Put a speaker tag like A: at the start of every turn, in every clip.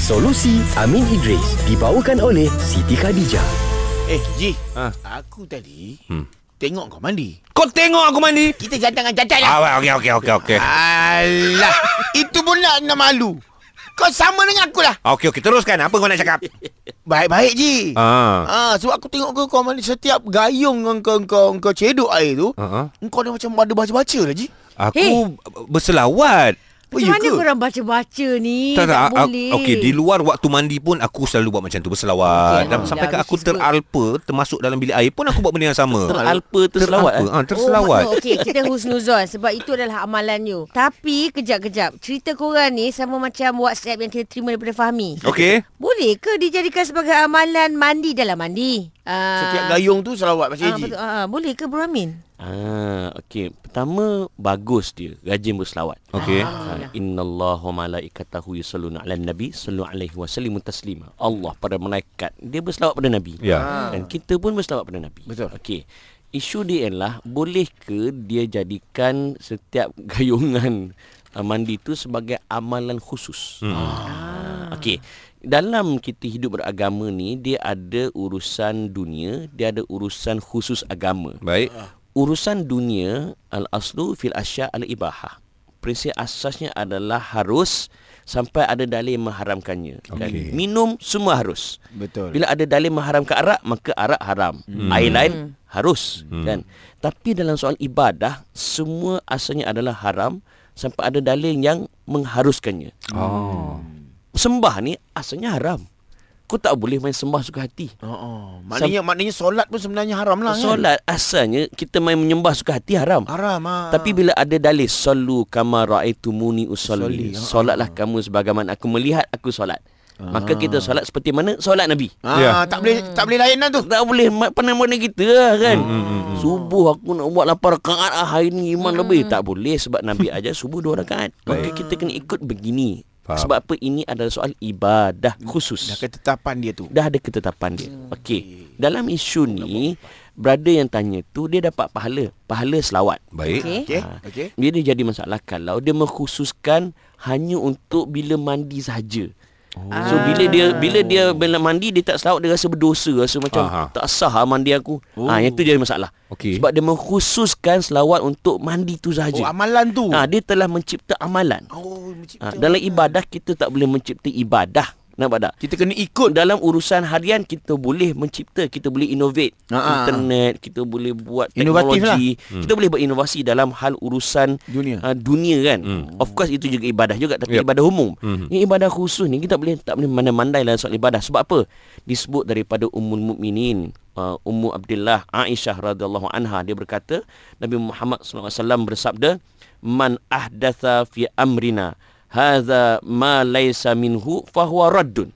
A: Solusi Amin Idris dibawakan oleh Siti Khadijah.
B: Eh, Ji.
C: Ha?
B: Aku tadi hmm. tengok kau mandi.
C: Kau tengok aku mandi.
B: Kita jantangan-jantan lah.
C: Ah, okey okey okey okey.
B: Alah. Itu pun nak nak malu. Kau sama dengan aku lah.
C: Ah, Okey okey teruskan. Apa kau nak cakap?
B: Baik-baik, Ji. Ha.
C: Ah.
B: sebab aku tengok kau, kau mandi setiap gayung yang kau, kau, kau cedok air tu. Ha.
C: Ah.
B: Kau dah macam ada baca-baca lah, Ji.
C: Aku
D: Eh.
C: berselawat.
B: Oh,
D: Macam
B: ya
D: mana
B: ke?
D: korang baca-baca ni?
C: Tak, tak, a-
D: boleh.
C: Okey, di luar waktu mandi pun aku selalu buat macam tu berselawat.
D: Okey,
C: Okay,
D: alhamdulillah,
C: sampai ke aku
D: which is good.
C: teralpa termasuk dalam bilik air pun aku buat benda yang sama.
E: Teralpa, terselawat,
C: Teralpa, ah, terselawat.
D: Terselawat oh, Okey kita husnuzon Sebab itu adalah amalan you Tapi kejap-kejap Cerita korang ni Sama macam whatsapp Yang kita terima daripada Fahmi
C: Okey.
D: Boleh ke dijadikan sebagai amalan Mandi dalam mandi uh,
B: Setiap gayung tu selawat macam
D: ah,
B: Ji.
D: betul, ah, Boleh ke Bro Amin
E: Ah, okey. Pertama, bagus dia. Rajin berselawat.
C: Okey.
E: Ah, Inna Allah wa malaikatahu yusalluna ala nabi Sallu alaihi wa sallimu taslima Allah pada malaikat Dia berselawat pada Nabi
C: Ya.
E: Dan kita pun berselawat pada Nabi
B: Betul.
E: Okey Isu dia ialah Boleh ke dia jadikan Setiap gayungan uh, mandi tu Sebagai amalan khusus hmm. ah. Okey dalam kita hidup beragama ni dia ada urusan dunia dia ada urusan khusus agama
C: Baik.
E: urusan dunia al-aslu fil asya al-ibahah. Prinsip asasnya adalah harus sampai ada dalil mengharamkannya. Dan
C: Okey.
E: minum semua harus.
B: Betul.
E: Bila ada dalil mengharamkan arak, maka arak haram.
C: Hmm.
E: Air lain harus kan. Tapi dalam soal ibadah, semua asalnya adalah haram sampai ada dalil yang mengharuskannya. Hmm.
C: Oh.
E: Sembah ni asalnya haram. Kau tak boleh main sembah suka hati.
B: Oh, oh. Maknanya, maknanya solat pun sebenarnya haram lah kan?
E: Solat asalnya kita main menyembah suka hati haram.
B: Haram ah.
E: Tapi bila ada dalil Sallu kama ra'aitumuni
B: Usolli, ha.
E: usolli Solatlah kamu sebagaimana aku melihat aku solat Maka kita solat seperti mana? Solat Nabi
B: ah,
C: Ya.
B: tak boleh tak boleh layanan tu.
E: tak boleh ma- pandai-pandai kita lah kan hmm. Subuh aku nak buat 8 rakaat ah, Hari ni iman hmm. lebih Tak boleh sebab Nabi ajar subuh 2 rakaat Maka kita kena ikut begini
C: Faham.
E: Sebab apa ini adalah soal ibadah khusus
B: Dah ketetapan dia tu.
E: dah ada ketetapan dia. Okey. Dalam isu ni, brother yang tanya tu dia dapat pahala, pahala selawat.
C: Baik.
D: Okey.
B: Okey.
C: Ah.
B: Okey.
E: Dia dia jadi masalah kalau dia mengkhususkan hanya untuk bila mandi sahaja. Oh. So bila dia bila dia bila mandi dia tak selawat dia rasa berdosa rasa macam
C: Aha.
E: Aha. tak sah lah mandi aku. Oh. Ha yang tu jadi masalah.
C: Okey.
E: Sebab dia mengkhususkan selawat untuk mandi tu
B: Oh,
E: sahaja.
B: amalan tu.
E: ha dia telah mencipta amalan.
B: Oh,
E: Ha,
B: mencipta.
E: dalam ibadah kita tak boleh mencipta ibadah. Nampak tak?
B: Kita kena ikut
E: ikut dalam urusan harian kita boleh mencipta, kita boleh innovate
B: Ha, ha,
E: internet, kita boleh buat
B: Inovatif Hmm.
E: teknologi, lah. kita boleh berinovasi dalam hal urusan
B: Dunia.
E: uh, dunia kan. Of course itu juga ibadah juga
C: Yep.
E: tapi yep. ibadah umum. Mm. Yang ibadah khusus ni kita boleh tak boleh mandai-mandai dalam soal ibadah sebab apa? Disebut daripada Ummul Mukminin Uh, Ummu Abdullah Aisyah radhiyallahu anha dia berkata Nabi Muhammad SAW bersabda man ahdatha fi amrina hadza ma laysa minhu fahuwa raddun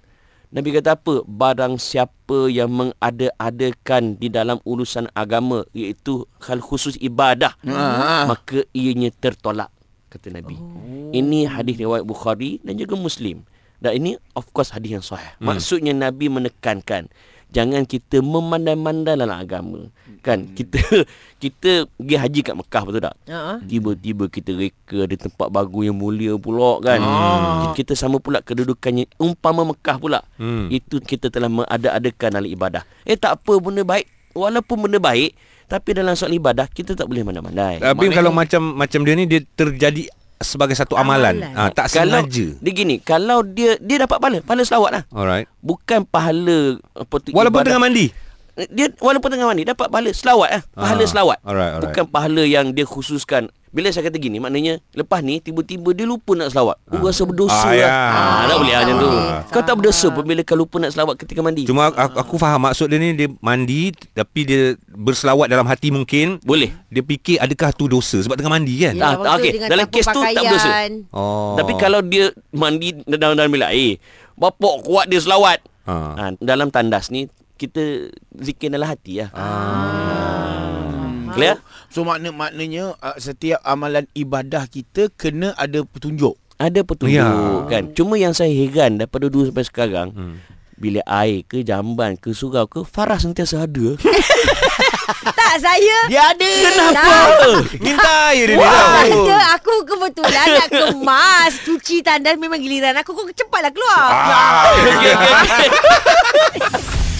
E: Nabi kata apa? Barang siapa yang mengada-adakan di dalam urusan agama iaitu hal khusus ibadah,
B: Ah.
E: maka ianya tertolak, kata Nabi. Oh. Ini hadis riwayat Bukhari dan juga Muslim. Dan ini of course hadis yang sahih. Hmm. Maksudnya Nabi menekankan jangan kita memandai-mandai dalam agama. Kan? Kita kita pergi haji kat Mekah betul tak?
D: uh-huh.
E: Tiba-tiba kita reka Ada tempat baru yang mulia pula kan hmm. Kita sama pula kedudukannya Umpama Mekah pula
C: Hmm.
E: Itu kita telah mengada-adakan dalam ibadah Eh tak apa benda baik Walaupun benda baik Tapi dalam soal ibadah Kita tak boleh mandai-mandai
C: Tapi kalau macam macam dia ni dia terjadi sebagai satu amalan.
D: Amalan.
C: Ah, tak
E: kalau,
C: sengaja.
E: Dia gini Kalau dia dia dapat pahala Pahala selawat lah
C: Alright.
E: Bukan pahala apa tu,
C: Walaupun
E: ibadah.
C: tengah mandi.
E: dia walaupun tengah mandi dapat pahala selawat ah pahala
C: Ah,
E: selawat
C: alright, alright.
E: bukan pahala yang dia khususkan bila saya kata gini maknanya lepas ni tiba-tiba dia lupa nak selawat ah. oh, rasa
C: Ah,
E: berdosa ah,
C: ya.
E: lah. ah, tak boleh ah, macam tu
D: Ah.
E: kau tak berdosa pun bila kau lupa nak selawat ketika mandi
C: Cuma aku, aku faham maksud dia ni dia mandi tapi dia berselawat dalam hati mungkin.
E: boleh
C: Dia fikir adakah tu dosa sebab tengah mandi kan?
E: Ya. Ah, tak, okey. Dalam kes tu tak berdosa.
C: Oh.
E: Tapi kalau dia mandi dalam dalam bilik air, bapak kuat dia selawat.
C: Ha.
E: Ha. ha dalam tandas ni kita zikir dalam hati lah. Ha. Clear?
B: So makna maknanya uh, setiap amalan ibadah kita kena ada petunjuk.
E: Ada petunjuk
C: Ya.
E: ya. kan. Cuma yang saya heran daripada dulu sampai sekarang, hmm. bila air ke jamban ke surau ke Farah sentiasa ada.
D: Tak saya
B: Dia ada
D: Kenapa?
C: Minta air dia ni
D: Wah,
C: tau.
D: kata aku kebetulan nak kemas Cuci tandas memang giliran aku Kau cepatlah keluar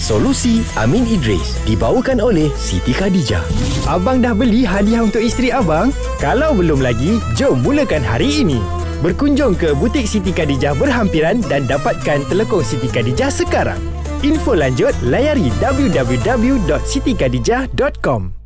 A: Solusi Amin Idris dibawakan oleh Siti Khadijah. Abang dah beli hadiah untuk isteri abang? Kalau belum lagi, jom mulakan hari ini. Berkunjung ke butik Siti Khadijah berhampiran dan dapatkan telekong Siti Khadijah sekarang. Info lanjut layari www.sitikadijah.com.